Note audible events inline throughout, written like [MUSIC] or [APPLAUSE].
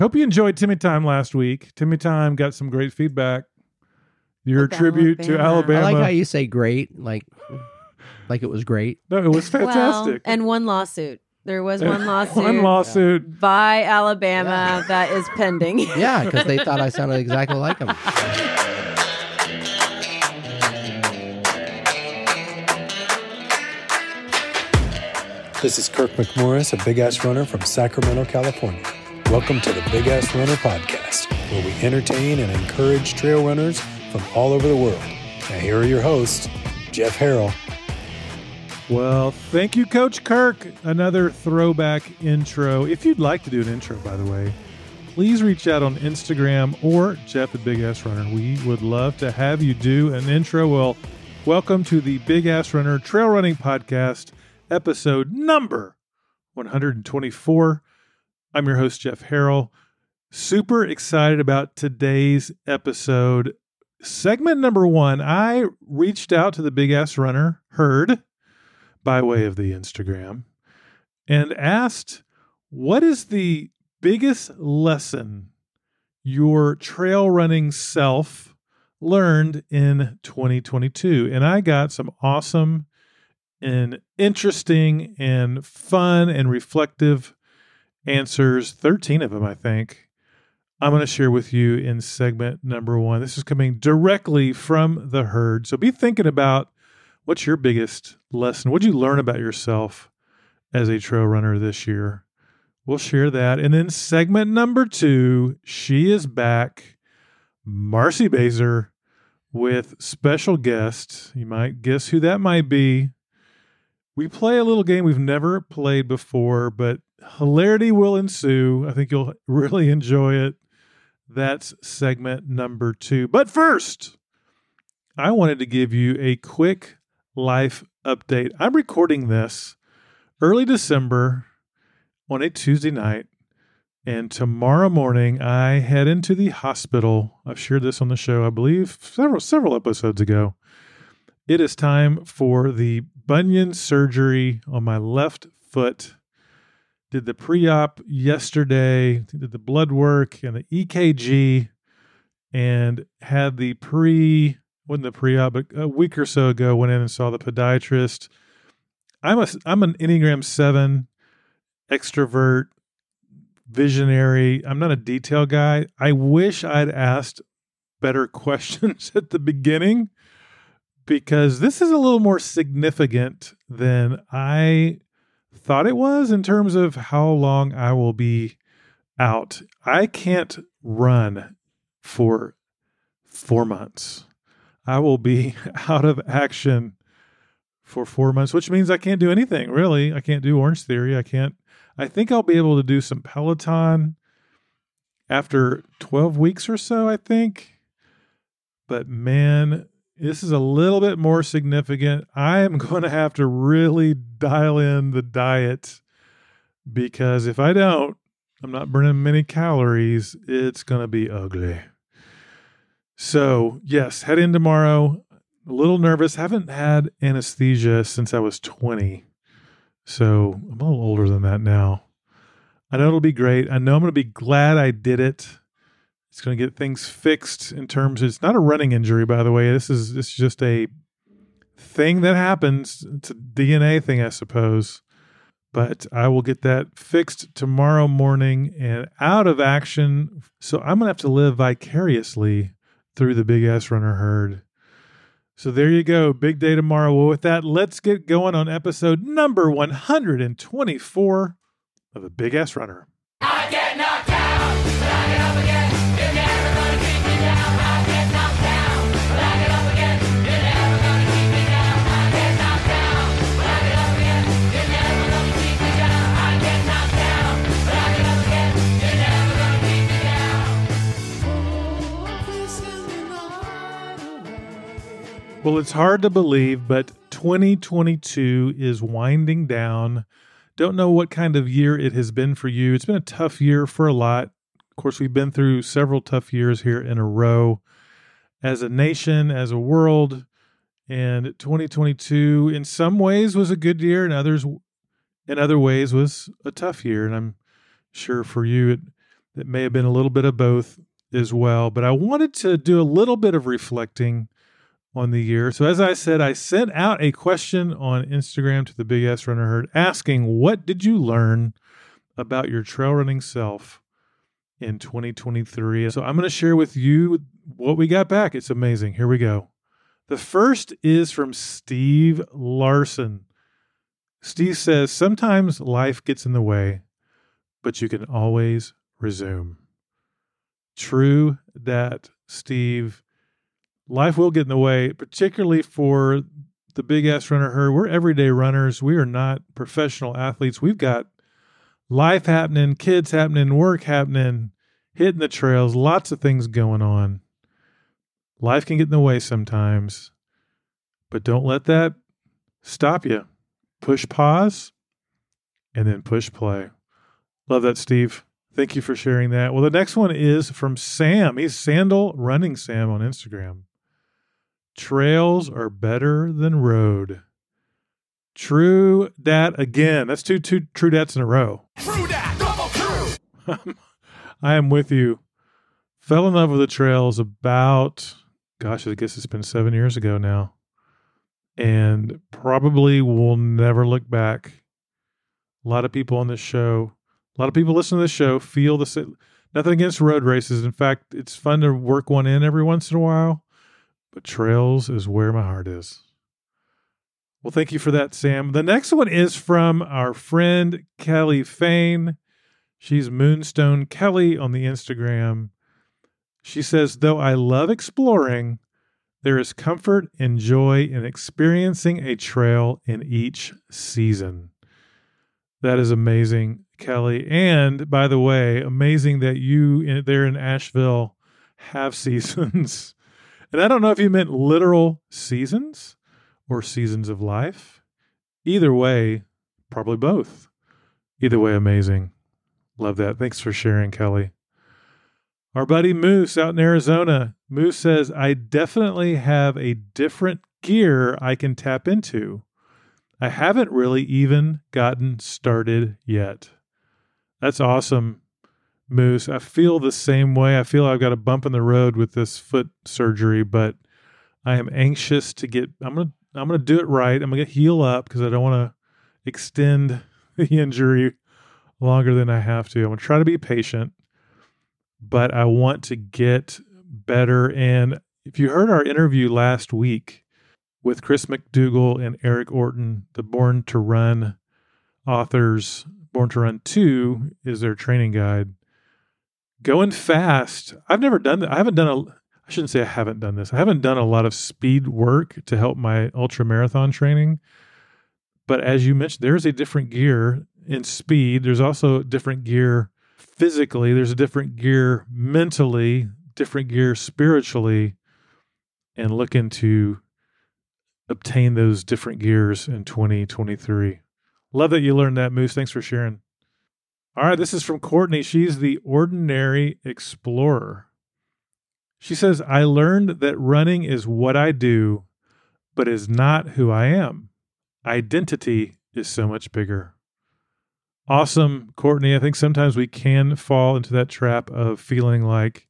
Hope you enjoyed Timmy Time last week. Timmy Time got some great feedback. Your With tribute to Alabama. Alabama. I like how you say great, like like it was great. no, it was Well, fantastic. and one lawsuit. There was one [LAUGHS] lawsuit. One lawsuit. by Alabama [LAUGHS] that is pending. [LAUGHS] Yeah, because they thought I sounded exactly like him. This is Kirk McMorris, a big ass runner from Sacramento, California. Welcome to the Big Ass Runner Podcast, where we entertain and encourage trail runners from all over the world. Now, here are your hosts, Jeff Harrell Well, thank you, Coach Kirk. Another throwback intro. If you'd like to do an intro, by the way, please reach out on Instagram or Jeff at Big Ass Runner. We would love to have you do an intro. Well, welcome to the Big Ass Runner Trail Running Podcast, episode number 124. I'm your host, Jeff Harrell. Super excited about today's episode. Segment number one, I reached out to the Big Ass Runner, heard by way of the Instagram and asked, What is the biggest lesson your trail running self learned in 2022? And I got some awesome and interesting and fun and reflective answers 13 of them, I think. I'm going to share with you in segment number one. This is coming directly from the herd. So be thinking about What's your biggest lesson? What'd you learn about yourself as a trail runner this year? We'll share that. And then segment number two, she is back, Marcy Baser with special guest. You might guess who that might be. We play a little game we've never played before, but hilarity will ensue. I think you'll [LAUGHS] really enjoy it. That's segment number two. But first, I wanted to give you a quick life update. I'm recording this early December on a Tuesday night. And tomorrow morning, I head into the hospital. I've shared this on the show, I believe, several several episodes ago. It is time for the bunion surgery on my left foot. Did the pre-op yesterday. Did the blood work and the EKG, and had the pre wasn't the pre-op, but a week or so ago, went in and saw the podiatrist. I'm a I'm an Enneagram Seven extrovert, visionary. I'm not a detail guy. I wish I'd asked better [LAUGHS] questions at the beginning because this is a little more significant than I thought it was in terms of how long I will be out. I can't run for four months. I will be [LAUGHS] out of action for four months, which means I can't do anything really. I can't do Orange Theory. I can't. I think I'll be able to do some Peloton after 12 weeks or so, I think. But man, this is a little bit more significant. I am [LAUGHS] going to have to really dial in the diet because if I don't, I'm not burning many calories. It's going to be ugly. So, yes, head in tomorrow. A little nervous. Haven't had anesthesia since I was 20. So, I'm a little older than that now. I know it'll be great. I know I'm going to be glad I did it. It's going to get things fixed in terms it's not a running injury by the way. This is this is just a thing that happens. It's a DNA thing, I suppose. But I will get that fixed tomorrow morning and out of action. So I'm going to have to live vicariously through the big ass runner herd. So there you go. Big day tomorrow. Well, with that, let's get going on episode number 124 of the Big Ass Runner. Well, it's hard to believe, but 2022 is winding down. Don't know what kind of year it has been for you. It's been a tough year for a lot. Of course, we've been through several tough years here in a row as a nation, as a world. And 2022 in some ways was a good year and others in other ways was a tough year and I'm sure for you it that may have been a little bit of both as well. But I wanted to do a little bit of reflecting on the year. So, as I said, I sent out a question on Instagram to the Big Ass Runner Herd asking, What did you learn about your trail running self in 2023? So, I'm going to share with you what we got back. It's amazing. Here we go. The first is from Steve Larson. Steve says, Sometimes life gets in the way, but you can always resume. True that, Steve. Life will get in the way, particularly for the big ass runner, her. We're everyday runners. We are not professional athletes. We've got life happening, kids happening, work happening, hitting the trails, lots of things going on. Life can get in the way sometimes, but don't let that stop you. Push pause and then push play. Love that, Steve. Thank you for sharing that. Well, the next one is from Sam. He's Sandal Running Sam on Instagram. Trails are better than road. True that again. That's two two true dats in a row. True that, double true. [LAUGHS] I am with you. Fell in love with the trails about, gosh, I guess it's been seven years ago now. And probably will never look back. A lot of people on this show, a lot of people listen to this show feel the same. Nothing against road races. In fact, it's fun to work one in every once in a while, but trails is where my heart is. Well, thank you for that, Sam. The next one is from our friend Kelly Fain. She's Moonstone Kelly on the Instagram. She says, Though I love exploring, there is comfort and joy in experiencing a trail in each season. That is amazing, Kelly. And by the way, amazing that you in, there in Asheville have [LAUGHS] seasons. and I don't know if you meant literal seasons or seasons of life. Either way, probably both. Either way, amazing. Love that. Thanks for sharing, Kelly. Our buddy Moose out in Arizona. Moose says, I definitely have a different gear I can tap into. I haven't really even gotten started yet. That's awesome, Moose. I feel the same way. I feel I've got a bump in the road with this foot surgery, but I am anxious to get I'm going to I'm going to do it right. I'm going to heal up because I don't want to extend [LAUGHS] the injury longer than I have to. I'm going to try to be patient, but I want to get better. And if you heard our interview last week with Chris McDougall and Eric Orton, the Born to Run authors, Born to Run 2 is their training guide. Going fast. I've never done that. I haven't done a I shouldn't say I haven't done this. I haven't done a lot of speed work to help my ultra marathon training. But as you mentioned, there's a different gear in speed. There's also different gear physically. There's a different gear mentally, different gear spiritually, and looking to obtain those different gears in 2023. Love that you learned that, Moose. Thanks for sharing. All right, this is from Courtney. She's the ordinary explorer. She says, I learned that running is what I do, but is not who I am. Identity is so much bigger. Awesome, Courtney. I think sometimes we can fall into that trap of feeling like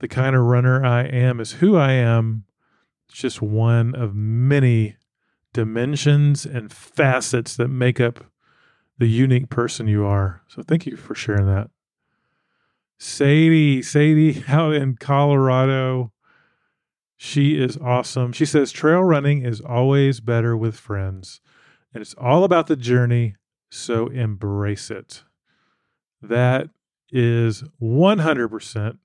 the kind of runner I am is who I am. It's just one of many dimensions and facets that make up the unique person you are. So thank you for sharing that. Sadie, Sadie [LAUGHS] out in Colorado. She is awesome. She says trail running is always better with friends, and it's all about the journey, so embrace it. That is 100%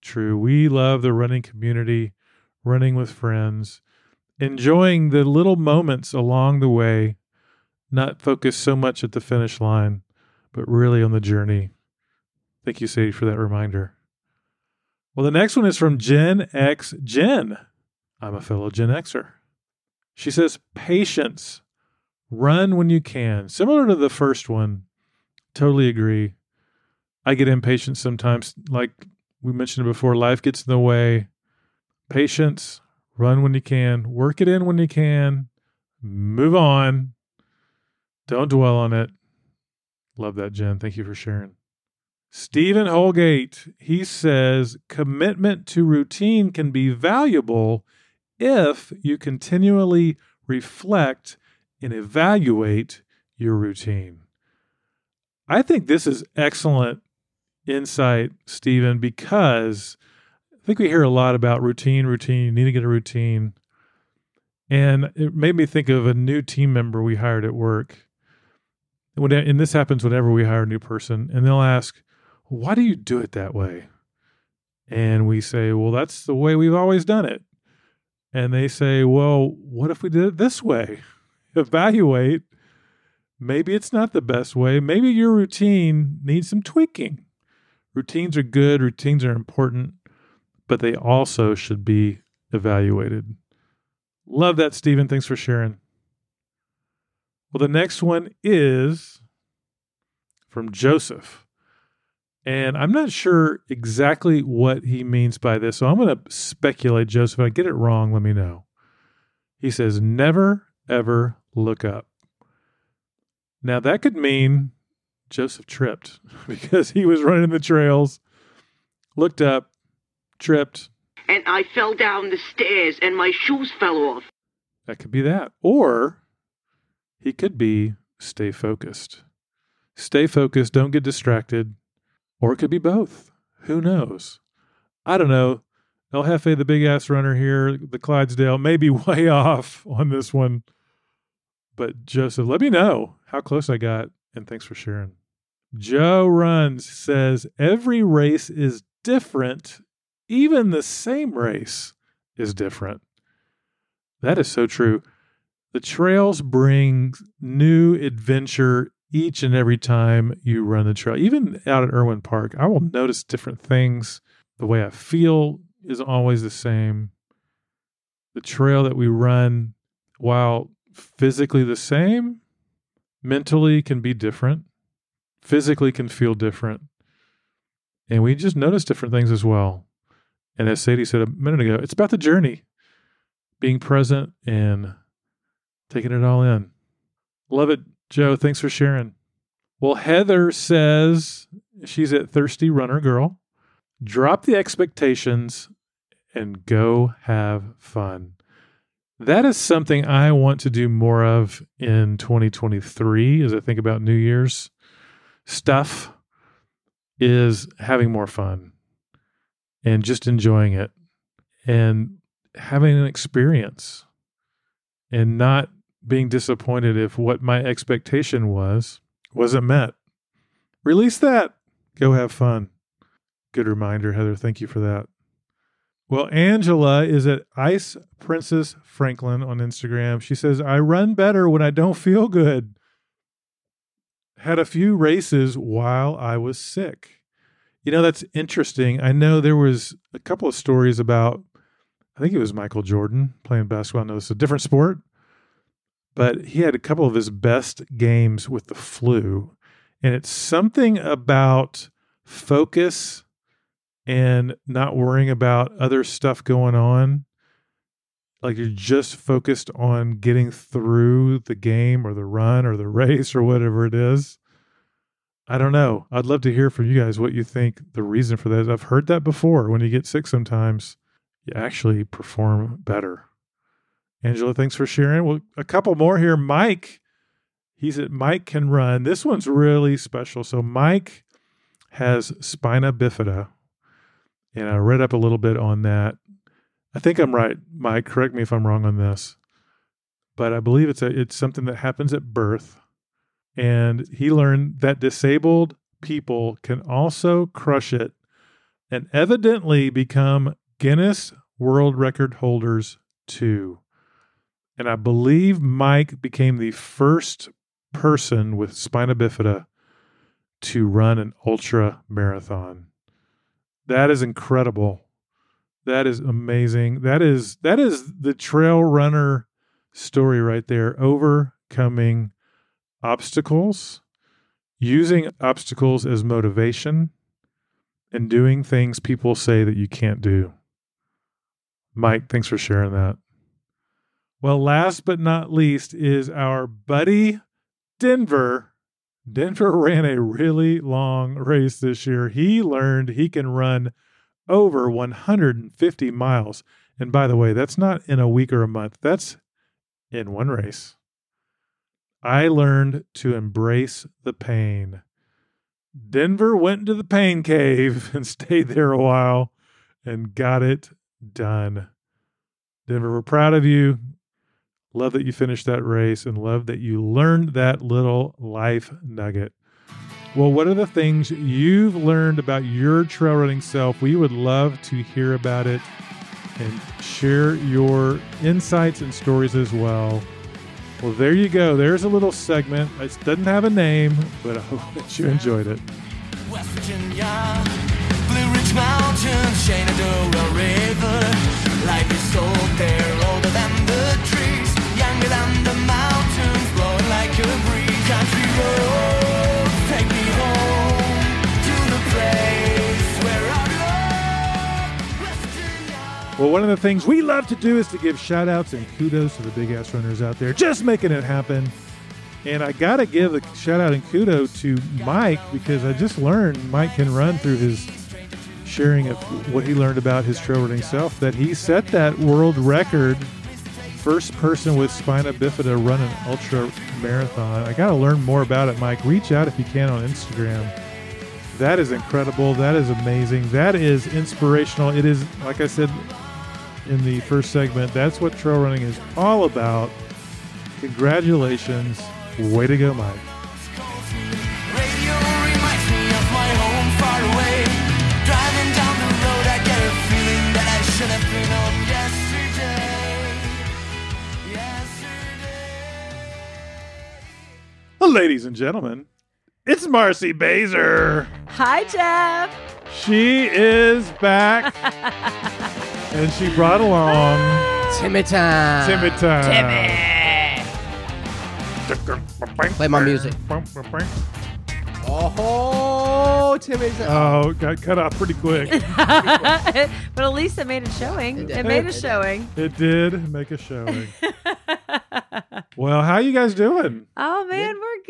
true. We love the running community, running with friends, enjoying the little moments along the way, not focused so much at the finish line, but really on the journey. Thank you, Sadie, for that reminder. Well, the next one is from Gen X Gen. I'm a fellow Gen Xer. She says, Patience. Run when you can. Similar to the first one. Totally agree. I get impatient sometimes. Like we mentioned before, life gets in the way. Patience. Run when you can. Work it in when you can. Move on. Don't dwell on it. Love that, Jen. Thank you for sharing. Stephen Holgate, he says commitment to routine can be valuable if you continually reflect and evaluate your routine. I think this is excellent insight, Stephen, because I think we hear a lot about routine, routine, you need to get a routine. And it made me think of a new team member we hired at work. When, and this happens whenever we hire a new person, and they'll ask, Why do you do it that way? And we say, Well, that's the way we've always done it. And they say, Well, what if we did it this way? [LAUGHS] Evaluate. Maybe it's not the best way. Maybe your routine needs some tweaking. Routines are good, routines are important, but they also should be evaluated. Love that, Stephen. Thanks for sharing. Well, the next one is from Joseph. And I'm not sure exactly what he means by this. So I'm going to speculate, Joseph. If I get it wrong, let me know. He says, never, ever look up. Now, that could mean Joseph tripped [LAUGHS] because he was running the trails, looked up, tripped. and I fell down the stairs and my shoes fell off. That could be that. Or he could be stay focused. Stay focused, don't get distracted. Or it could be both. Who knows? I don't know. El Jefe, the big ass runner here, the Clydesdale, may be [LAUGHS] way off on this one. But Joseph, let me know how close I got. And thanks for sharing. Joe Runs says every race is different, even the same race is different. That is so true. The trails bring new adventure each and every time you run the trail. Even out at Irwin Park, I will notice different things. The way I feel is always the same. The trail that we run, while physically the same, mentally can be different, physically can feel different. And we just notice different things as well. And as Sadie said a minute ago, it's about the journey being present and taking it all in. Love it, Joe. Thanks for sharing. Well, Heather says she's at Thirsty Runner Girl. Drop the expectations and go have fun. That is something I want to do more of in 2023 as I think about New Year's stuff is having more fun and just enjoying it. And having an experience and not being disappointed if what my expectation was wasn't met. Release that. Go have fun. Good reminder, Heather. Thank you for that. Well, Angela is at Ice Princess Franklin on Instagram. She says, I run better when I don't feel good. Had a few races while I was sick. You know, that's interesting. I know there was a couple of stories about I think it was Michael Jordan playing basketball. No, it's a different sport, but he had a couple of his best games with the flu. And it's something about focus and not worrying about other stuff going on. Like you're just focused on getting through the game or the run or the [LAUGHS] race or whatever it is. I don't know. I'd love to hear from you guys what you think the reason for that is. I've heard that before when you get sick sometimes you actually perform better. Angela, thanks for sharing. Well, a couple more here. Mike, he's at Mike Can Run. This one's really special. So, Mike has spina bifida, and I read up a little bit on that. I think I'm right, Mike. Correct me if I'm wrong on this, but I believe it's a, it's something that happens at birth. And he learned that disabled people can also crush it and evidently become Guinness World Record holders too. And I believe Mike became the first person with spina bifida to run an ultra marathon. That is incredible. That is amazing. That is that is the trail runner story right there, overcoming obstacles, using obstacles as motivation and doing things people say that you can't do. Mike, thanks for sharing that. Well, last but not least is our buddy Denver Denver [LAUGHS] ran a really long race this year. He learned he can run over 150 miles. And by the way, that's not in a week or a month, that's in one race. I learned to embrace the pain. Denver went into the pain cave [LAUGHS] and stayed there a while and got it done. Denver, we're proud of you. Love that you finished that race and love that you learned that little life nugget. Well, what are the things you've learned about your trail running self? We would love to hear about it and share your insights and stories as well. Well, there you go. There's a little segment. It doesn't have a name, but I [LAUGHS] hope that you enjoyed it. West Virginia, Blue Ridge Mountains, Shenandoah River. Life is so there, older than the trees, younger than the mountains, blowing like a breeze. Country roads, take me home to the place where I belong. West Virginia. Well, one of the things we love to do is to give shout outs and kudos to the big ass runners out there just making it happen. And I got to give a shout out and kudo to Mike because I just learned Mike can run through his sharing of what he learned about his trail running self that he set that world record first person with spina bifida run an ultra marathon. I got to learn more about it, Mike. Reach out if you can on Instagram. That is incredible. That is amazing. That is inspirational. It is, like I said in the first segment, that's what trail running is all about. Congratulations. Way to go, Mike. Radio reminds me of my home far away. Driving down the road, I get a feeling that I should have been home yesterday. Yesterday. Well, ladies and gentlemen, it's Marcy Baser. Hi, Jeff. [LAUGHS] She is back. and she brought along Timmy time. Timmy Time. Play my music. Oh, Timmy time. Oh, got cut off pretty quick. [LAUGHS] but at least it made a It showing. did. It made a It [LAUGHS] did. showing. It did make a showing. well, how you guys doing? Oh man, we're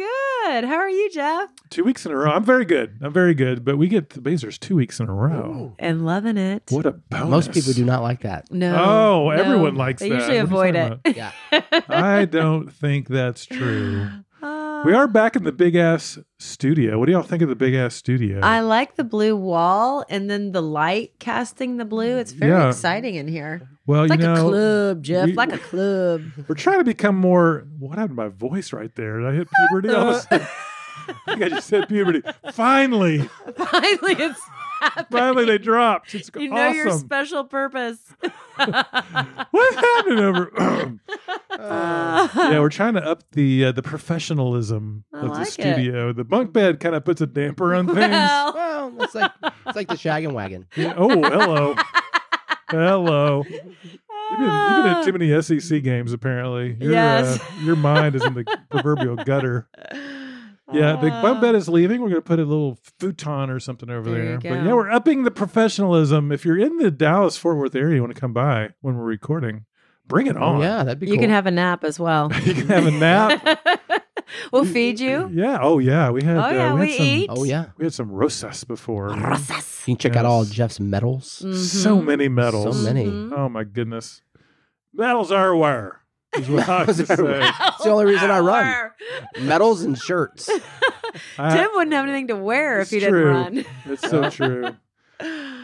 good. How are you, Jeff? Two weeks in a row. I'm very good. I'm very good. But we get the Basers two weeks in a row. And loving it. What a bonus. Most people do not like that. No. Oh, no. everyone likes they that. usually What are avoid you talking it. Yeah. [LAUGHS] I don't think that's true. [LAUGHS] Uh, We are back in the big ass studio. What do y'all think of the big ass studio? I like the blue wall and then the light casting the blue. It's very Yeah. exciting in here. well, It's like you a know, club, Jeff. we- like a club. we're trying to become more. What happened to my voice right there? Did I hit puberty? All of [LAUGHS] a sudden? I think I just hit puberty. Finally, Finally, [LAUGHS] it's happening. finally they dropped. It's You know awesome. your special purpose. What's happening [LAUGHS] over? [CLEARS THROAT] uh, [LAUGHS] yeah, we're trying to up the uh, the professionalism I of the like it. studio. The bunk bed kind of puts a damper on things. well, Well, it's like it's like the shaggin' wagon. Yeah, Oh, [LAUGHS] hello, hello. You've been, you've been at too many SEC games, apparently. Your, Ah. Yes. uh, your mind is in [LAUGHS] the proverbial gutter. Yeah, the uh, bunk bed is leaving. We're going to put a little futon or something over Ah. There there. you But go. yeah, we're upping the professionalism. If you're in the Dallas Fort Worth area, you want to come by when we're recording, bring it on. Oh, Yeah, that'd be You cool. can have a nap as well. [LAUGHS] you can have a [LAUGHS] nap. we'll [LAUGHS] feed you. Yeah. Oh yeah. We had. Oh, uh, yeah, we, we had some, eat. Oh yeah. We had some rosas before. You can check out all Jeff's medals. Mm-hmm. So many So medals. many. Mhm. Oh my goodness. Medals are where. Is what I like to say. It's the only reason I run. Hour. Medals and shirts. I- Tim wouldn't have anything to wear if Uh, It's he didn't true. run. It's [LAUGHS] so true.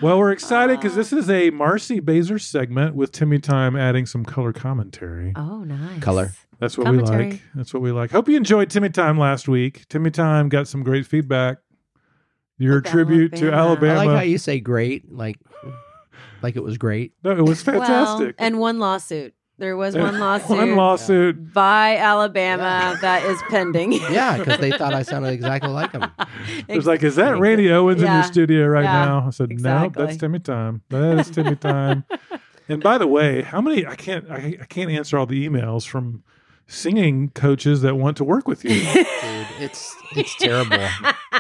Well, we're excited because Ah. this is a Marcy Baser segment with Timmy Time adding some color commentary. Oh, nice. Color. That's what we commentary. like. That's what we like. Hope you enjoyed Timmy Time last week. Timmy Time got some great feedback. Your With tribute to Alabama. I Alabama. like how you say great, like like it was great. no, it was fantastic. Well, and one lawsuit. There was one [LAUGHS] lawsuit. One lawsuit. by Alabama that is [LAUGHS] pending. Yeah, because they thought I sounded exactly like him. It was like, is that Randy Owens in Yeah. your studio right Yeah. now? I said, no, that's Exactly. Timmy time. That is Timmy [LAUGHS] time. and by the way, how many? I can't. I, I can't answer all the emails from singing coaches that want to work with [LAUGHS] you. Dude, it's it's [LAUGHS] terrible.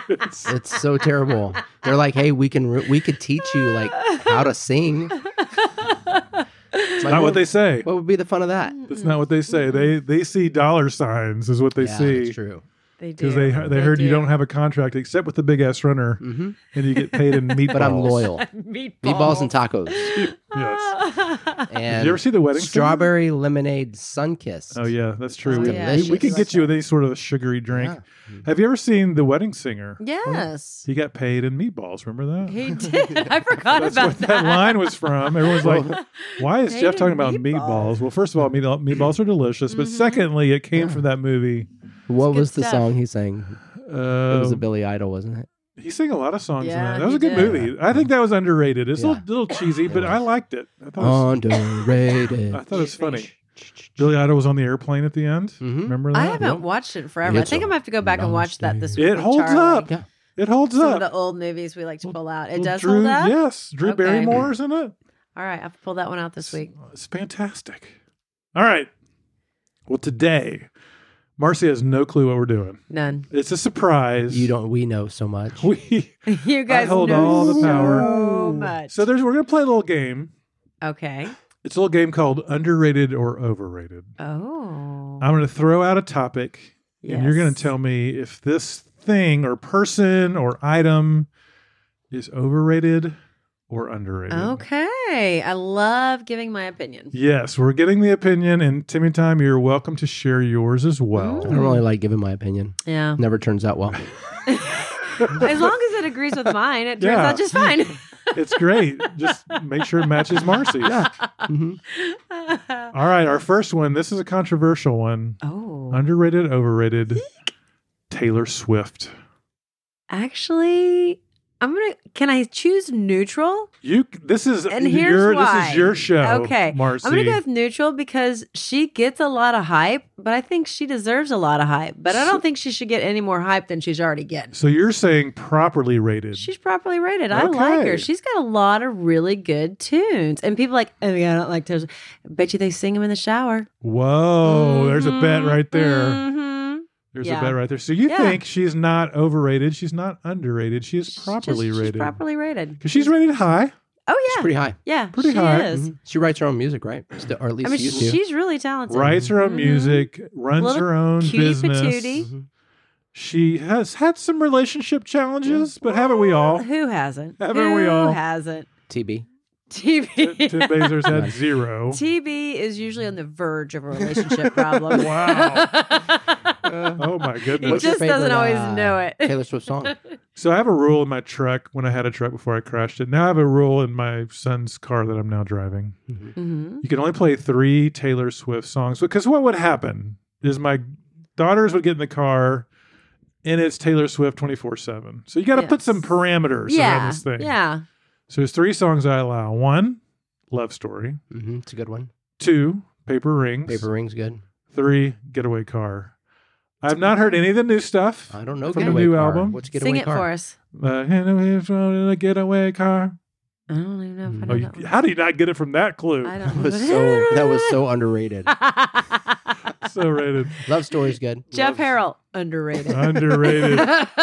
It's so terrible. They're like, hey, we can re- we could teach you like how to sing. It's like, not what they say. What would be the fun of that? That's not what they say. They they see dollar signs is what they mm-hmm. yeah, see. That's true. They do. because they they, heard you don't have a contract except with the big ass runner, Mhm. and you get paid in meatballs. [LAUGHS] But [LAUGHS] I'm loyal. meatballs. Meatballs and tacos. Yes. [LAUGHS] And Did you ever see the wedding? singer? strawberry lemonade sunkiss? Oh yeah, that's true. Oh, we, yeah, we- she we could does get that. you with any sort of a sugary drink. Have you ever seen the wedding singer? yes, He got paid in meatballs. Remember that? he [LAUGHS] did. I forgot That's about what that. line was from. Everyone's [LAUGHS] like, why is Paid Jeff talking in about meatballs? meatballs. Mm-hmm. Well, first of all, meatball- meatballs are delicious. But secondly, it came from that movie. What good was the stuff. song he sang? It was Uh, a Billy Idol, wasn't it? he sang a lot of songs in Yeah, that. That was he a good did. movie. I think that was underrated. It's a Yeah. Uh, little, little cheesy, but I liked it. I thought it was, [LAUGHS] Underrated. I thought it was funny. Billy Idol was on the airplane at the end. Mhm. Remember that? I haven't watched it forever. I It's think I'm a gonna have to go back and watch that this nice day. week. It with holds Charlie. up. Yeah. It holds Some up. of the old movies we like to pull out. It Well, does Drew, hold up. Yes, Drew Okay. Barrymore's in it. All right, I have to pull that one out this week. It's fantastic. All right. Well, today, Marcy has no clue what we're doing. None. [LAUGHS] It's a surprise. You don't. We know so [LAUGHS] much. We You guys hold know all the power. so much. so there's we're gonna play a little game. okay. It's a little game called underrated or overrated. Oh. I'm gonna throw out a topic, and you're gonna Yes. tell me if this thing or person or item is overrated or underrated. Okay. I love giving my opinion. Yes, we're getting the opinion, and Timmy Time, you're welcome to share yours as well. Mm. I don't really like giving my opinion. Yeah. Never turns out well. as long as it agrees with mine, it turns Yeah. out just [LAUGHS] fine. It's [LAUGHS] great. Just make sure it matches Marcy's. Mm-hmm. Mhm. All right, our first one. This is a controversial one. [LAUGHS] oh. Underrated, overrated. Taylor Swift. Actually, I'm going to can I choose neutral? You. This is [LAUGHS] And here's your. This why. is your show. Okay. Marcy. I'm going to go with neutral because she gets a lot of hype, but I think she deserves a lot of hype. But I don't think she should get any more hype than she's already getting. so you're saying properly rated. She's properly rated. I like Okay. her. She's got a lot of really good tunes. And people are like, oh, yeah, I don't like Taylor. Swift." Bet you they sing them in the shower. Whoa. Oh, There's a bet Mhm, right there. mhm. There's a yeah. bet right there. So you Yeah. think she's not overrated? She's not underrated. She is She's properly just- rated. She's properly rated. Because she's rated high. Oh It's yeah, pretty high. yeah, pretty she high. Mm-hmm. is. Mhm. She writes her own music, right? Still- or at least I mean, she used she- to. she's really talented. writes her own Mhm. music, runs Little her own cutie business. patootie. Mhm. She has had some relationship challenges, but haven't we all? Who hasn't? Haven't Who we all? hasn't? TB. Tim TB. Bezos had Right. zero. TB is usually on the verge of [LAUGHS] a relationship problem. Wow. wow. Oh my He goodness. What's your just doesn't favorite, always uh, know it. Taylor [LAUGHS] Swift song. So I have a rule in my truck when I had a truck before I crashed it. Now I have a rule in my son's car that I'm now driving. Mhm. You can only play three Taylor Swift songs because what would happen is my daughters would get in the car and it's Taylor Swift 24 7. So you got to put Yes. some parameters around Yeah, this thing. yeah. So there's three songs I allow one, Love Story, hmm It's a good one. two, Paper Rings, Paper Rings, good. three, Getaway Car. I've not heard any of the new stuff. I don't know. From the Getaway new Car. album? What's Getaway Sing it Car? for us. The getaway from the getaway car. I don't even know if I know Oh, you, that one. how do you not get it from that clue? I That don't [LAUGHS] was so. That was so underrated. [LAUGHS] So rated, Love Story's good. Jeff Harrell underrated. underrated. [LAUGHS] [LAUGHS]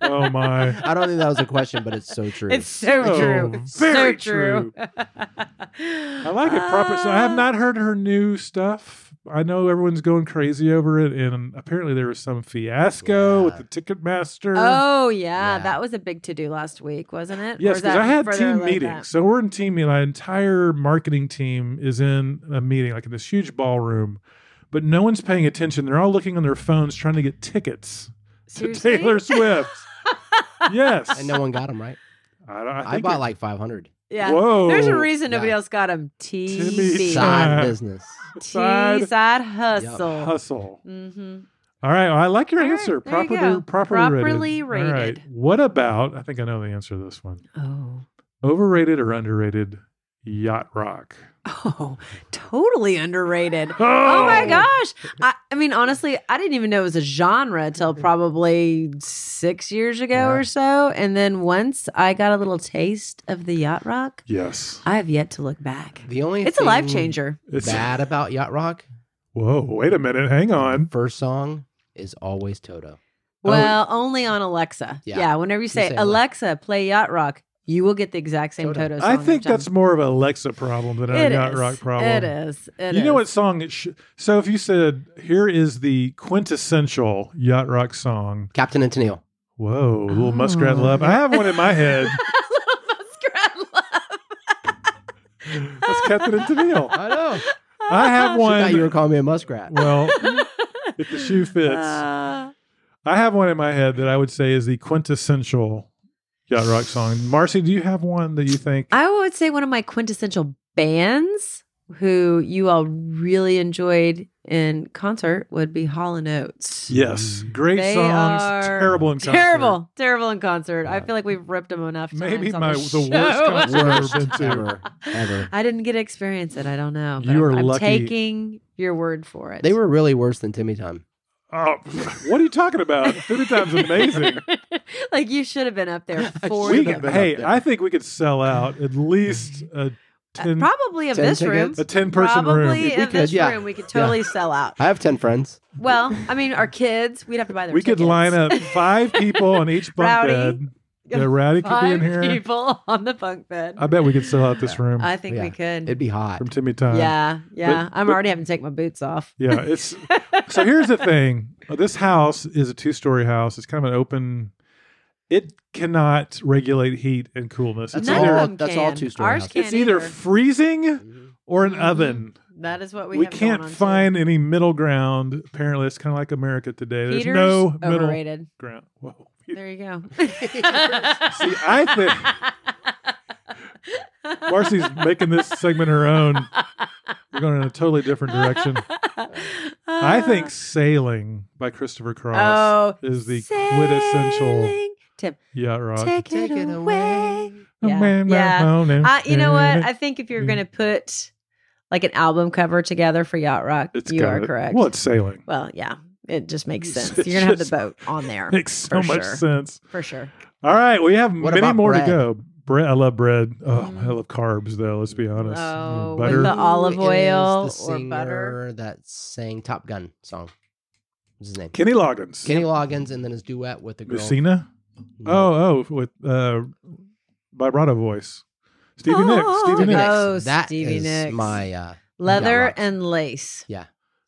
Oh my! I don't think that was a question, but it's so true. It's so Oh, true. very so true. I like it proper. So I have not heard her new stuff. I know everyone's going crazy over it, and apparently there was some fiasco with the Ticketmaster. Oh yeah, Yeah. that was a big to do last week, wasn't it? Or yes, is because that I had further team like that? meetings. [LAUGHS] So we're in team meeting. Our entire marketing team is in a meeting, like in this huge ballroom, but no one's paying attention. They're all looking on their phones trying to get tickets Seriously? to [LAUGHS] Taylor Swift. yes, and no one got them right. I, don't, I, I think bought it- like 500. Yeah. Whoa. There's a reason nobody Yeah. else got him. Timmy TV. Side. Side Yeah. business. Side. T side hustle. hustle. Mm-hmm. All right, well, I like your All right, answer. there you Properly, go. properly, Properly rated. All right. rated. What about? I think I know the answer to this one. Oh. [LAUGHS] Overrated or underrated? Yacht rock. Oh, totally underrated. Oh, Oh my gosh. I, I mean, honestly, I didn't even know it was a genre till probably six years ago Yeah. or so. And then once I got a little taste of the yacht rock, Yes. I have yet to look back. The only It's a life thing changer. It's Bad about yacht rock. whoa. Wait a minute. Hang on. First song is always Toto. Well, only on Alexa. Yeah. Yeah. whenever you You say, say Alexa. Alexa, play yacht rock, you will get the exact same Toto. Toto song. I think every time. that's more of an Alexa problem than a It yacht is. rock problem. It is. It you know is. what song it sh- so if you said here is the quintessential yacht rock song Captain and Tennille. whoa little Oh. muskrat love i have one in my [LAUGHS] [LAUGHS] head Little Muskrat Love. that's captain and Tennille. I know. i have [LAUGHS] I thought you were one calling me a muskrat. well [LAUGHS] if the shoe fits Uh, i have one in my head that i would say is the quintessential yacht rock song marcy do you have one that you think I would say one of my quintessential bands who you all really enjoyed in concert would be Hall and Oates. yes great They songs are terrible in concert. Terrible, terrible in concert. I feel like we've ripped them enough. Times maybe on my the, the worst show. concert i've ever been to ever, ever. [LAUGHS] I didn't get to experience it. I don't know. But You I'm- are I'm, lucky. taking your word for it. They were really worse than Timmy Time. Oh, what are you talking about? Fifty times amazing. [LAUGHS] like you should have been up there [LAUGHS] I for We should could, them. have been hey, up there. I think we could sell out at least a Uh, ten, probably of 10 this room. tickets? a ten person probably room. of We could, this yeah. room, we could totally sell [LAUGHS] out. I have 10 friends. Well, I mean, our kids, we'd have to buy their. We could tickets. line [LAUGHS] up five people on each bunk Rowdy. bed. Yeah, Rowdy could be Five in here. people [LAUGHS] on the bunk bed. I bet we could sell out this room [LAUGHS] I think Yeah. we could. It'd be hot. from Timmy Time. yeah, yeah. Uh, I'm but- already having to take my boots off. Yeah, [LAUGHS] it's so here's the thing. Uh, This house is a two story house. It's kind of an open it cannot regulate heat and coolness. It's None either of them that's all can. two-story Ours houses. can't it's either either. freezing or an Mhm. oven. That is what we. we, have going can't on, too. find any middle ground. Apparently, it's kind of like America today. There's Heaters, no middle [LAUGHS] overrated. ground. Whoa. There you [LAUGHS] go. See, [LAUGHS] I think Marcy's making this segment her own. We're going in a totally different direction. I Uh, think "Sailing" by Christopher Cross Ah. Oh, is the quintessential sailing. Tim, yacht rock. take, it, away. Yeah. Man, yeah. man, man, I, you know what? man. I think if you're [LAUGHS] going to put like an album cover together for Yacht Rock, It's you got are it. correct. Well, it's sailing. Well, yeah, it just [LAUGHS] makes It's sense. You're going to have the just- boat [LAUGHS] on there Makes so For much sure. sense. for sure. All right, we have What many about more bread? to go. Bread, I love bread. Oh, Mhm. I love carbs though. Let's be honest. Oh, Mm, with butter. the olive Who is oil the or butter? singer That sang Top Gun song. What's his name? Kenny Loggins. Kenny Loggins and then his duet with the girl. Mm. Messina. Oh, oh, with uh, vibrato voice. Stevie Nicks. Oh, Stevie Stevie Nicks. no. That Oh, is Stevie Nicks. my uh, Leather Yacht Rock. and lace. Yeah.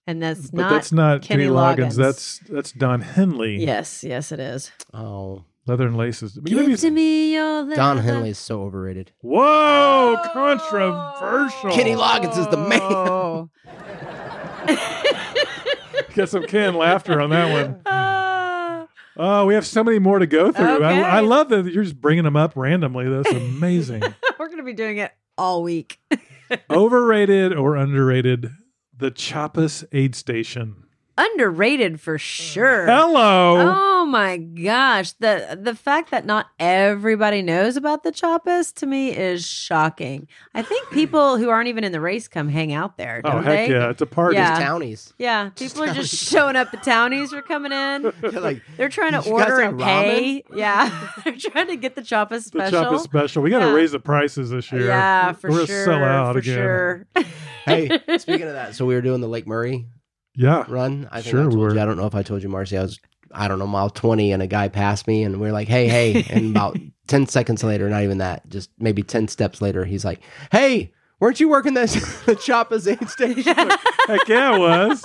and that's But not. that's not Kenny Kenny Loggins. Loggins. That's that's Don Henley. yes, yes, it is. oh Leather and laces. But you know Give he's- to me your leather. Don Henley is so overrated. Whoa, Oh, controversial. Kenny Loggins is the man. Oh. Got some canned laughter on that one. [LAUGHS] Ah. [LAUGHS] Oh, we have so many more to go through. Okay. I, I love that you're just bringing them up randomly. That's amazing. [LAUGHS] We're going to be doing it all week. [LAUGHS] Overrated or underrated? The Chappas aid station. Underrated for sure. Hello. Oh my gosh. The the fact that not everybody knows about the Choppas to me is shocking. [LAUGHS] I think people who aren't even in the race come hang out there, Oh, heck don't they? yeah, it's a party. Yeah. His townies. [LAUGHS] Yeah, people are just showing up. The townies are coming in. They're [LAUGHS] like, They're trying to "You guys order have and pay. Yeah, [LAUGHS] they're trying to get the Choppas The special. Choppas special. We got to Yeah. raise the prices this year. Yeah, for We're gonna sure. sell out for again. sure. hey, speaking of that, so we were doing the Lake Murray Yeah. run. I think Sure I told we were. you. I don't know if I told you, Marcy. I was, I don't know, mile 20, and a guy passed me, and we are like, hey, hey. And about 10 seconds later, not even that, just maybe 10 steps later, he's like, hey, weren't you working this the Choppa's aid station? Heck yeah, it [LAUGHS] was.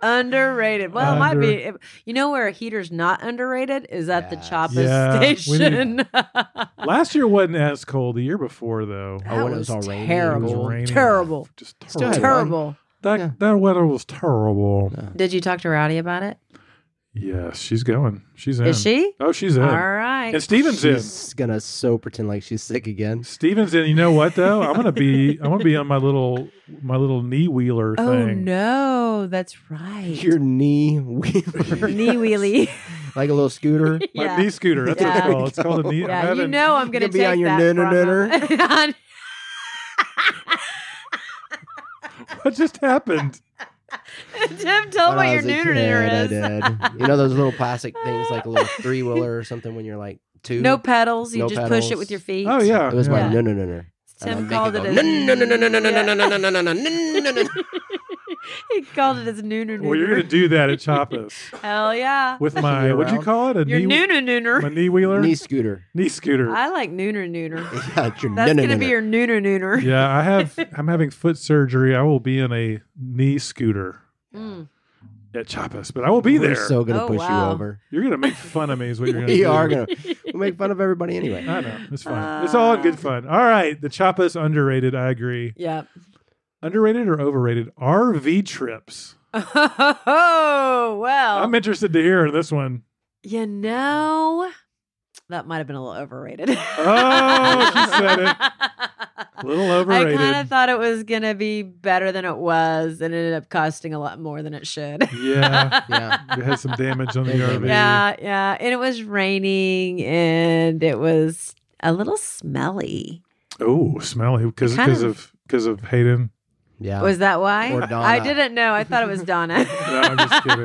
Underrated. Well, it might Under- be. if- You know where a heater's not underrated is at the Yes. Choppas Yeah, we need- station. [LAUGHS] Last year wasn't as cold. The year before, though, Oh, That when it was was all rainy. it was terrible. raining. Terrible. Just Still terrible. had Terrible. That, Yeah. that weather was terrible. Did you talk to Rowdy about it? Yes, she's going. She's in. Is she? Oh, she's in. All right. And Steven's in. She's gonna so pretend like she's sick again. Steven's in. You know what though? I'm gonna be. I'm gonna be on my little my little knee wheeler oh thing. no, that's right. Your knee wheeler, knee wheelie. like a little scooter. My [LAUGHS] yeah. knee scooter. That's what Yeah. it's called. It's called a knee. I'm yeah, you having- know I'm gonna You'll be take on your that nooner from him. [LAUGHS] What just happened? Tim, tell him When what I your was a nooner kid, nooner is. I did. You know those little plastic things, like a little three wheeler or something, when you're like two. No pedals. You No just push it pedals. with your feet. Oh yeah. It was yeah. my no no no no. Tim And called I'd it [LAUGHS] make a it go, "No, no, no, no, no, no, no, no, no, no, no, no, no, no, no, no, no." he called it his nooner nooner. Well, you're gonna do that at Choppas Hell yeah. with my Year what'd you round. call it? A Your knee nooner nooner. my knee wheeler, Knee knee, scooter. [LAUGHS] scooter. I like nooner nooner. That's That's gonna be your nooner nooner. yeah, I [LAUGHS] have. I'm having foot surgery. I will be in a knee scooter Mm. at Choppas, but I will be We're there. so gonna Oh, push wow. you over. [LAUGHS] you're gonna [LAUGHS] make fun of me, is what you're gonna. We do. are gonna we make fun of [LAUGHS] everybody anyway. I know it's fun. Uh, it's all in good fun. All right, the Choppas underrated. I agree. Yep. Underrated or overrated? RV trips. Oh well. I'm interested to hear this one. you know, that might have been a little overrated. Oh, she said it. A little I overrated. kind of thought it was going to be better than it was and it ended up costing a lot more than it should. yeah, Yeah. it had some damage on the Yeah. RV. [LAUGHS] yeah, yeah. And it was raining and it was a little smelly. Oh, smelly because Kind because of- of because of Hayden. Yeah. Was that why? Or Donna. I didn't know. I thought it [LAUGHS] was Donna. I'm just kidding.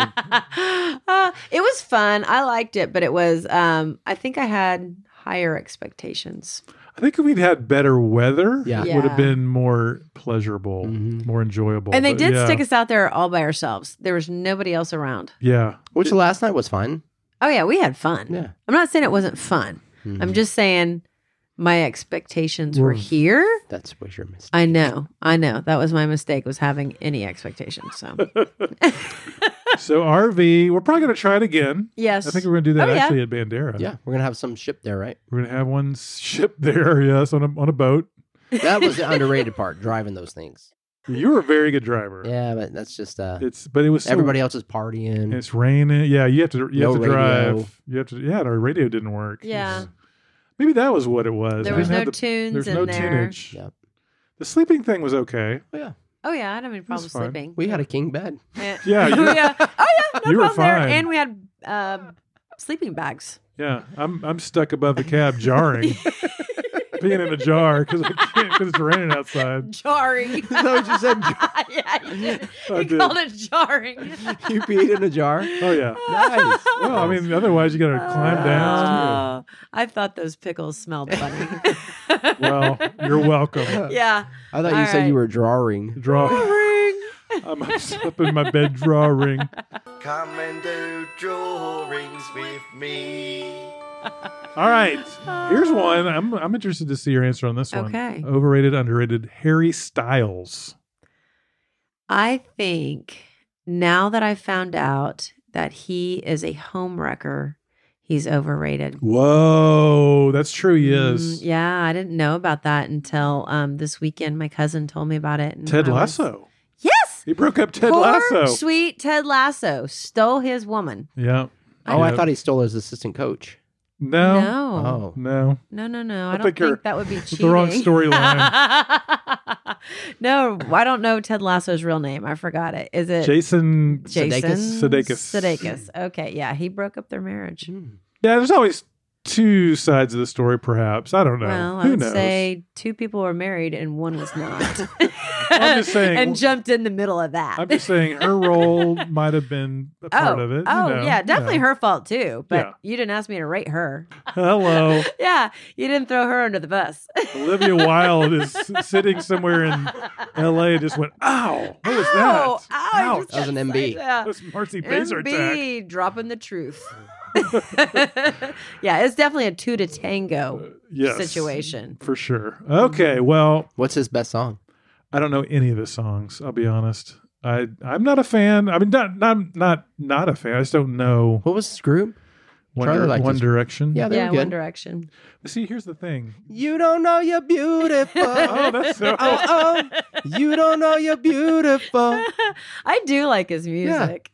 Uh, [LAUGHS] it was fun. I liked it, but it was, um, I think I had higher expectations. I think if we'd had better weather, Yeah. it would have Yeah. Mm-hmm. been more pleasurable, Mhm. more enjoyable. And they But did yeah, stick us out there all by ourselves. There was nobody else around. Yeah, Which last night was fun. Oh yeah, we had fun. Yeah. I'm not saying it wasn't fun. Mm-hmm. Mm-hmm. I'm just saying my expectations were here. That's what [LAUGHS] your mistake. I know. I know. That was my mistake was having any expectations. [LAUGHS] So so RV, we're probably gonna try it again. yes. I think we're gonna do that Oh, yeah. actually at Bandera. Yeah, we're gonna have some ship [LAUGHS] there, right? we're gonna have one ship there. [LAUGHS] Yes, on a on a boat. That was the underrated part, driving those things. You were a very good driver. Yeah, but that's just uh It's but it was so- everybody else is and partying. It's raining. Yeah, you have to you No have to radio. drive. You have to. Yeah, and our radio didn't work. Yeah. Maybe that was what it was. there We was didn't have no the- tunes There's in no there. tunage. Yep. The sleeping thing was okay. Oh yeah, I don't have any problem was fine. sleeping. We had a king bed. yeah. [LAUGHS] Yeah, you- oh yeah, no you were problem there. fine. And we had uh, sleeping bags. Yeah, I'm I'm stuck above the [LAUGHS] cab jarring, being in a jar because I can't because it's raining outside. Jarring. [LAUGHS] [LAUGHS] [LAUGHS] Is that what you [LAUGHS] said? yeah, you did. I You did. called it jarring. you peed in a jar. Oh [LAUGHS] yeah. Nice. Well, I mean, otherwise you got to climb Ah. down. Oh, I thought those pickles smelled funny. [LAUGHS] Well, you're [LAUGHS] welcome. yeah. I thought you All said you right. were drawing. Draw. [LAUGHS] I'm up in my bed drawing. Come and do drawings with me. All right, here's Uh, one. I'm I'm interested to see your answer on this one. Okay. Overrated, underrated. Harry Styles. I think now that I found out that he is a homewrecker, he's overrated. Whoa, that's true. He Mm, is. yeah, I didn't know about that until um, this weekend. My cousin told me about it. and Ted I was- Lasso. Yes. He broke up Ted Poor, Lasso. Sweet Ted Lasso stole his woman. yeah. Oh, I Yeah. thought he stole his assistant coach. No. No. Oh. No. No, no, no. I, I don't think think, you're- that would be it's [LAUGHS] cheating. the wrong storyline. [LAUGHS] no, I don't know Ted Lasso's real name. I forgot it. Is it Jason. Jason Sudeikis. Sudeikis. Okay, yeah, he broke up their marriage. Hmm. Yeah, there's always two sides of the story, perhaps. I don't know. Well, I Who would knows? say two people were married and one was not. [LAUGHS] I'm [LAUGHS] just saying- and jumped in the middle of that. I'm just saying her role might have been a part [LAUGHS] oh, of it. you oh know, yeah, definitely you know. her fault too. But Yeah. you didn't ask me to rate her. [LAUGHS] Hello. Yeah, you didn't throw her under the bus. Olivia Wilde is s- sitting somewhere in LA and just went, ow, what was that? Ow, ow, I Ouch. just That was an got MB. side- yeah. That was Marcy Baser attack. MB dropping [LAUGHS] the truth. [LAUGHS] yeah, it's definitely a two to tango Yes. situation. Mm-hmm. For sure. Okay. Well, What's his best song? I don't know any of his songs. I'll be honest. I, I'm not a fan. I mean, not, not, not, not a fan. I just don't know What was his group? One, Charlie Dir- liked One his- Direction. Yeah, they Yeah, were good. One Direction. [LAUGHS] See, here's the thing. You don't know [LAUGHS] you're beautiful. Oh, oh, that's so. oh, you don't know you're beautiful. I do like his music.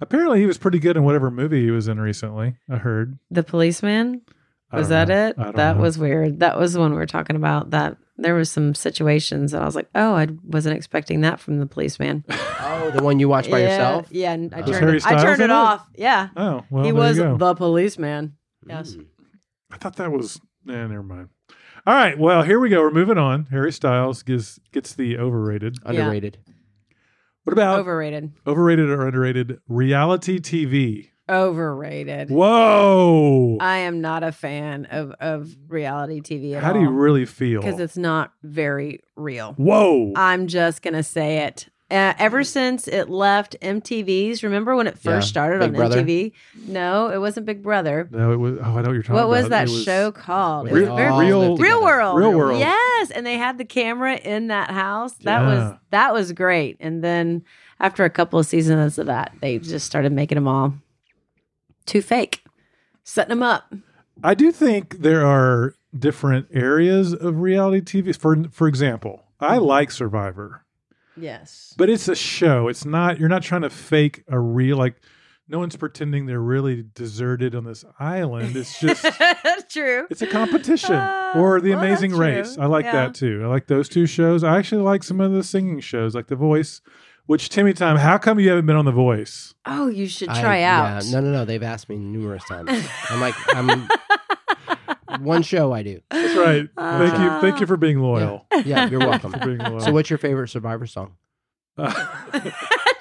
Apparently, he was pretty good in whatever movie he was in recently. I heard. The Policeman I was don't that know. it? I don't That know. was weird. That was the one we were talking about. That there was some situations that I was like, oh, I wasn't expecting that from the Policeman. Oh, the one you watch by yeah, yourself? Yeah, and I Was turned Harry it, I Styles turned in it it? off. Yeah, Oh well, he there was You go. Mm. the Policeman. Yes. I thought that was. Eh, never mind. All right. Well, here we go. We're moving on. Harry Styles gets gets the overrated. Underrated. What about Overrated. overrated or underrated reality TV? Overrated. Whoa! I am not a fan of of reality TV at How do you really feel? Because it's not very real. Whoa! I'm just gonna say it. uh, Mm. ever since it left MTV's. Remember when it first Yeah, started Big on Brother. MTV? No, it wasn't Big Brother. No, it was. Oh, I know what you're talking What about. was that It was- show called? It Real- was Oh, very Real- Real World. Real World. Yes, and they had the camera in that house. That Yeah. was that was great. And then after a couple of seasons of that, they just started making them all too fake. Setting them up. I do think there are different areas of reality TV. For for example, I Mm. like Survivor, Yes. but it's a show. It's not. You're not trying to fake a real like. No one's pretending they're really deserted on this island. It's [LAUGHS] just. True. It's a competition Uh, or the well, that's amazing true. race. I like Yeah. that too. I like those two shows. I actually like some of the singing shows, like The Voice, which Timmy Time, how come you haven't been on The Voice? Oh, you should I- try yeah, out. no, no, no. They've asked me numerous times. I'm like, I'm one show I do. That's [LAUGHS] right. Ah. thank you. Thank you for being Yeah, loyal. yeah you're [LAUGHS] welcome. For being loyal. [LAUGHS] So, what's your favorite Survivor song? Uh, [LAUGHS]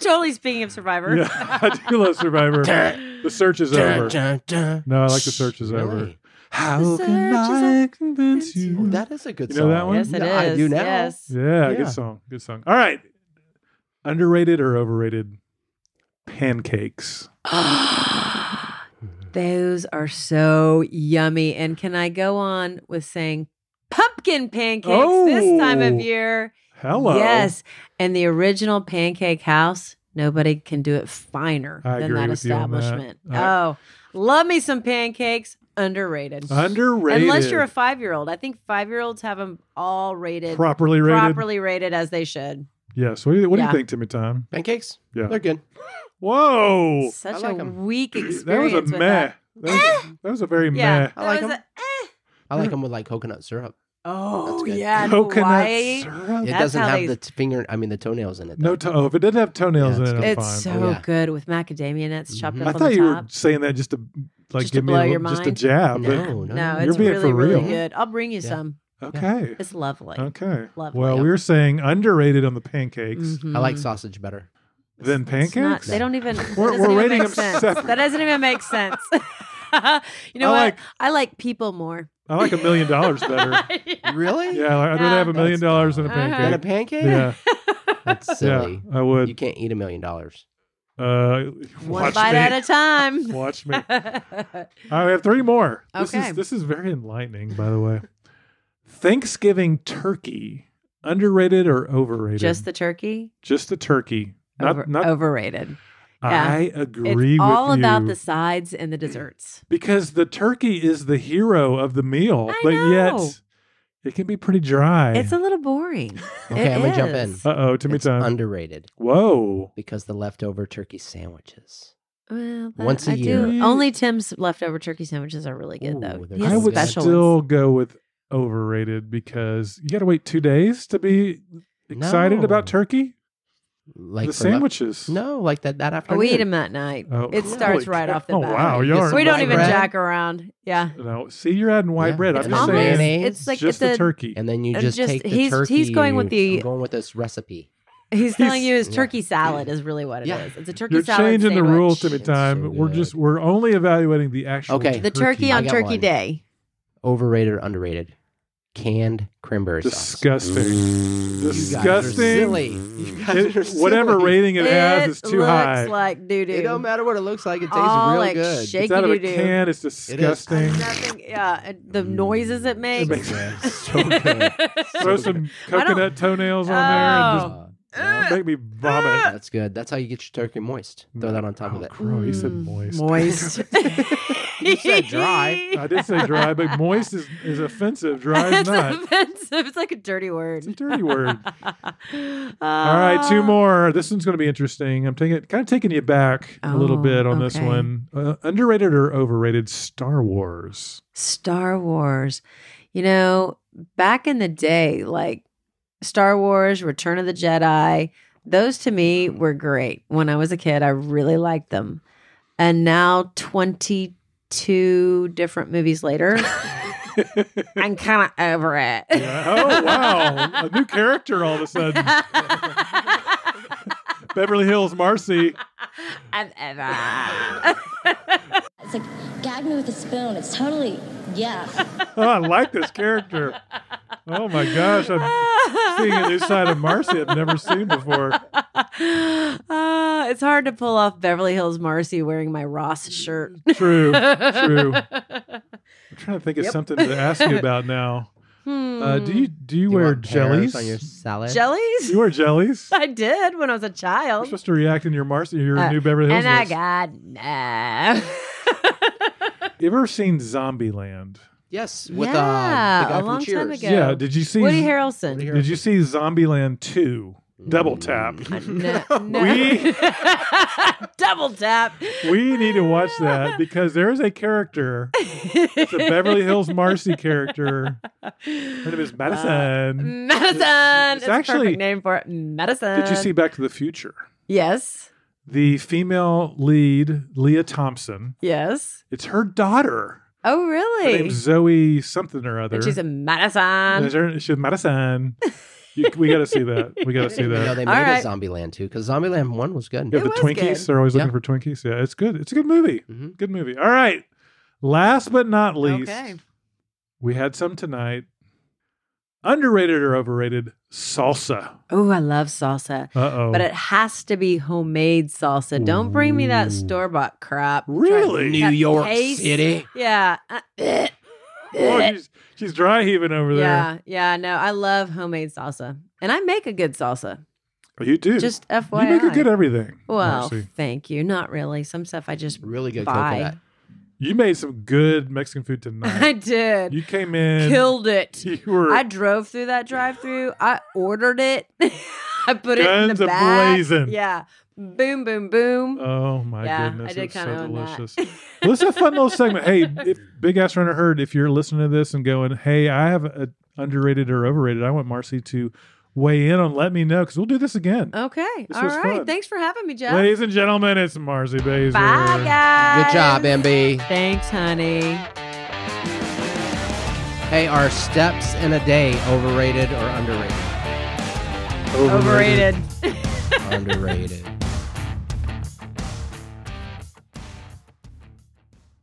totally speaking of Survivor. [LAUGHS] yeah, I do love Survivor. the search is over. No, I like the search is over. Really? How can The search is I over. convince Oh, you? that is a good You know song. that one? Yes, it is. Yeah, I do now. Yes. yeah, Yeah. good song. Good song. All right. Underrated or overrated? Pancakes. [GASPS] Those are so yummy. And can I go on with saying pumpkin pancakes this time Oh. of year? Hello. Yes. And the original pancake house, nobody can do it finer I than agree that with you on that. establishment. I- Oh, love me some pancakes. Underrated. Underrated. Unless you're a five year old. I think five year olds have them all rated, properly rated. properly rated as they should. Yes. What do you, what Yeah. do you think, Timmy Time? Pancakes? Yeah. They're good. Whoa. Such like a 'em. weak That was experience. a with meh. that. Eh! That was, that was a very Yeah. meh. I like that was 'em. a- eh. I like them with like coconut syrup. That's Oh good. yeah, and Coconut Hawaii. syrup. It That's doesn't how have they- the t- finger, I mean, the toenails in it. No, though. to- oh, if it didn't have toenails Yeah, in it, I'm it's fine. Oh, Mm-hmm. It's so Yeah. good with macadamia nuts chopped Mhm. up I on thought the you were top. saying that just to like Just to give me a blow little, your just a mind? jab. but- No, no. no, You're it's being for really, really real. good. I'll bring you Yeah. some. okay. It's lovely. Okay. Lovely. Well, Yeah. we were saying underrated on the pancakes Mhm. I like Mm. sausage better. than It's not- pancakes. they don't even. That We're- doesn't we're even rating make them sense. separate. That doesn't even make sense. [LAUGHS] [LAUGHS] you know I what? like- I like people more. I like a million dollars better. [LAUGHS] Really? Yeah, I'd rather Yeah. have a million That's dollars than a dumb. Uh-huh. And a pancake. pancake? Yeah, [LAUGHS] That's yeah, silly. I would. You can't eat a million dollars. Uh, One watch bite me. at a time. [LAUGHS] Watch [LAUGHS] me. I have three more. This Okay. is this is very enlightening, by the way. Thanksgiving turkey, underrated or overrated? Just the turkey. just the turkey. Not Over- not. overrated. yeah. I agree it's with all about you. the sides and the desserts. because the turkey is the hero of the meal, I but know. yet it can be pretty dry. It's a little boring. [LAUGHS] Okay, I'm gonna jump in. uh oh, Timmy it's time. underrated Whoa, because the leftover turkey sandwiches. Well, that- Once a I year. Do. Only Tim's leftover turkey sandwiches are really good, Ooh, though. they're He Yes, I has would special still ones. go with overrated because you got to wait two days to be excited No. about turkey. Like the for lef- sandwiches. no, like that that afternoon. Oh, we eat them at night. Oh, it holy starts right cow. off the Oh bat. wow, You you just are. We don't even bread. jack around. Yeah. No, see, you're adding white Yeah. bread. I'm It's just omelets. saying, mayonnaise. It's like just it's the a- turkey. and then you and just, just- take the he's- turkey. he's going and with you- the- I'm going with this recipe. [LAUGHS] He's telling you his Yeah. turkey salad is really what it is. Yeah. It's a turkey You're salad. changing the sandwich. rule, Timmy It's Time. so we're good. just we're only evaluating the actual. Okay. The turkey I on got Turkey one. Day. Overrated, or underrated. Canned cranberry sauce. Disgusting. Mm. You guys are Disgusting. silly. Mm. You guys It- are silly. whatever rating it, has is too looks high. like doo doo. It don't matter what it looks like. It tastes All real like good. shaky it's out of a doo doo. can. It's [LAUGHS] disgusting. Nothing. Yeah. and The noises it It makes. makes sense. [LAUGHS] so good. Throw [LAUGHS] some I don't- coconut toenails on there and Oh. just make me [LAUGHS] vomit. That's good. That's how you get your turkey moist. Throw that on top of Oh, it. gross. You said moist. Mm. [LAUGHS] Moist. You said dry. I did say dry, [LAUGHS] but moist is, is offensive. Dry is It's not. offensive. It's like a dirty word. Uh, It's a dirty [LAUGHS] word. All right, Ah. two more. This one's going to be interesting. I'm taking kind of taking you back a little Oh, bit on this okay. one. Uh, underrated or overrated? Star [LAUGHS] Wars. Star Wars. You know, back in the day, like Star Wars, Return of the Jedi, those to me were great. When I was a kid, I really liked them. And now, 22 different [LAUGHS] movies later, I'm kind of over it. oh wow, a new [LAUGHS] character all of a sudden. Beverly Hills Marcy. I'm ever. It's like gag me with a spoon. It's totally yeah. [LAUGHS] [LAUGHS] Oh, I like this character. Oh my gosh, I'm seeing a new side of Marcy I've never seen before. Ah, it's hard to pull off Beverly Hills Marcy wearing my Ross Mm, shirt. True, [LAUGHS] true. I'm trying to think of something to ask you about [LAUGHS] now. Hmm. Uh, do you do you, You wear want pears jellies? on your salad? you jellies? wear jellies? [LAUGHS] I did when I was a You're child. supposed to react in your Marcy, your Uh, new Beverly Hills. And I list. got nah. you ever seen Zombieland? yes, with uh, Yeah, the guy a from long time Cheers. ago. Yeah. Did you see? Woody Harrelson. Did you see Zombieland Two? Double tap. Mm. No, no. We- [LAUGHS] double tap. [LAUGHS] we need to watch that because there is a character. It's a Beverly Hills Marcy character. Her name [LAUGHS] Uh, is Madison. Madison. It's It's, actually actually- perfect name for it. Madison. Did you see Back to the Future? Yes. The female lead, Leah Thompson. Yes. It's her daughter. Oh, Her really? name's Zoe something or other. And she's a Is Madison. her- She's Madison. You, we got to see that. We got to [LAUGHS] see You know, that. they made All right. a Zombieland too because Zombieland one was good. Yeah, the was Twinkies. good. They're always Yeah. looking for Twinkies. Yeah, it's good. It's a good movie. Mhm. Good movie. All right. Last but not least, Okay. we had some tonight. Underrated or overrated salsa. Oh, I love salsa. Uh oh. But it has to be homemade salsa. Don't bring me that store bought crap. Really? New That York paste. City. Yeah. Uh, Oh, she's, she's dry heaving over yeah. Yeah. No, I love homemade salsa. And I make a good salsa. there. You do. Just you FYI. make a good everything. well, Marcy. thank you. Not really. Some stuff I just Really good buy. coconut. you made some good Mexican food I [LAUGHS] tonight. did. you came in. Killed it. [LAUGHS] You were I drove through that drive-through. I ordered it. [LAUGHS] I put it in guns the bag. ablazing. Yeah. Boom, boom, boom. Oh my yeah, goodness! I did it's kind so of own [LAUGHS] delicious. that. well, it's a fun little segment. Hey, [LAUGHS] if Big Ass Runner heard, if you're listening to this and going, "Hey, I have a underrated or overrated," I want Marcy to weigh in on. Let me know because we'll do this Oh, again. Okay. This All was right. fun. Thanks for having me, Jeff. Ladies and gentlemen, it's Marcy Baser. Bye, guys. Good job, MB. Thanks, honey. Hey, are steps in a day overrated or underrated? Overrated. underrated.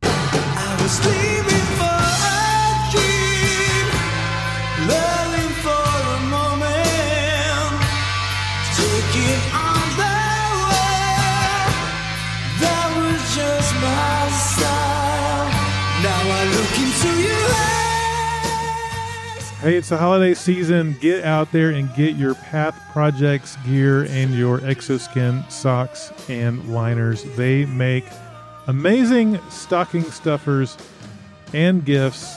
I was leaving for a dream, loving for a moment, taking on the world that was just my style. Now I look into your eyes. Hey, it's the holiday season. Get out there and get your Path Projects gear and your Exoskin socks and liners. They make amazing stocking stuffers and gifts.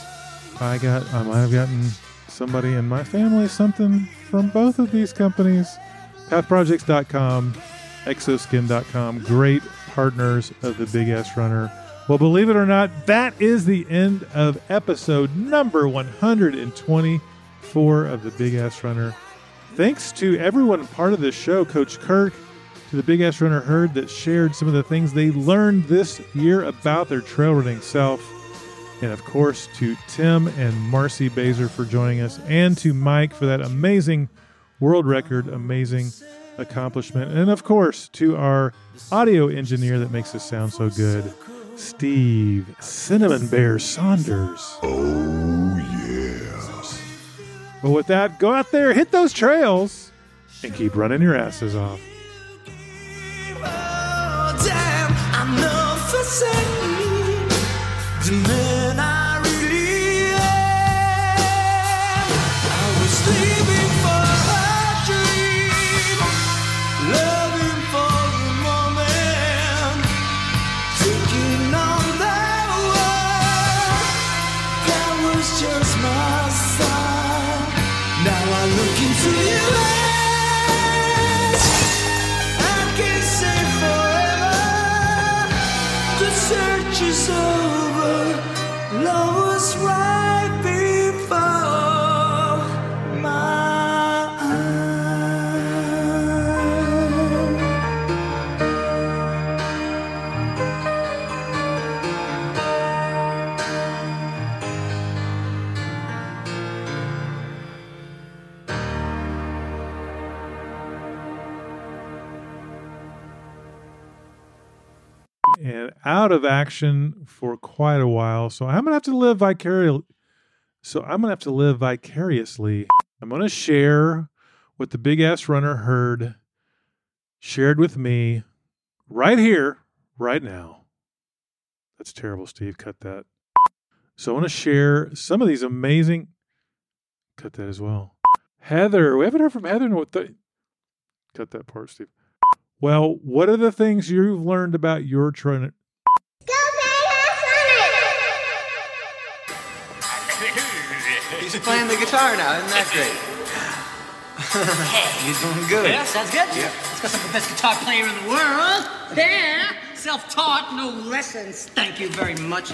I got I might have gotten somebody in my family something from both of these companies. Pathprojects.com, exoskin.com, great partners of the Big Ass Runner. Well, believe it or not, that is the end of episode number 124 of the Big Ass Runner. Thanks to everyone part of the show, Coach Kirk, to the Big Ass Runner Herd that shared some of the things they learned this year about their trail running self. And of course, to Tim and Marcy Baser for joining us, and to Mike for that amazing world record, amazing accomplishment. And of course, to our audio engineer that makes this sound so good, Steve Cinnamon Bear Saunders. Oh, yeah. But with that, go out there, hit those trails, and keep running your asses off. Oh, damn, I know for certain the man I really am. I was living for a dream, loving for the moment, taking on that world that was just my side. Now I look into your eyes. I can't say forever. The search is over. Love was right before my eyes. and out of action for quite a while. So I'm gonna have to live vicariously. So I'm gonna have to live vicariously. I'm gonna share what the big ass runner heard, shared with me right here, right now. That's terrible, Steve. Cut that. So I want to share some of these amazing. Cut that as well. Heather, we haven't heard from Heather in what the. Cut that part, Steve. Well, what are the things you've learned about your trainer? He's playing the guitar now, isn't that great? [LAUGHS] You're doing good. Yeah, sounds good. It's got some of the best guitar player in the world. There, self-taught, no lessons. Thank you very much.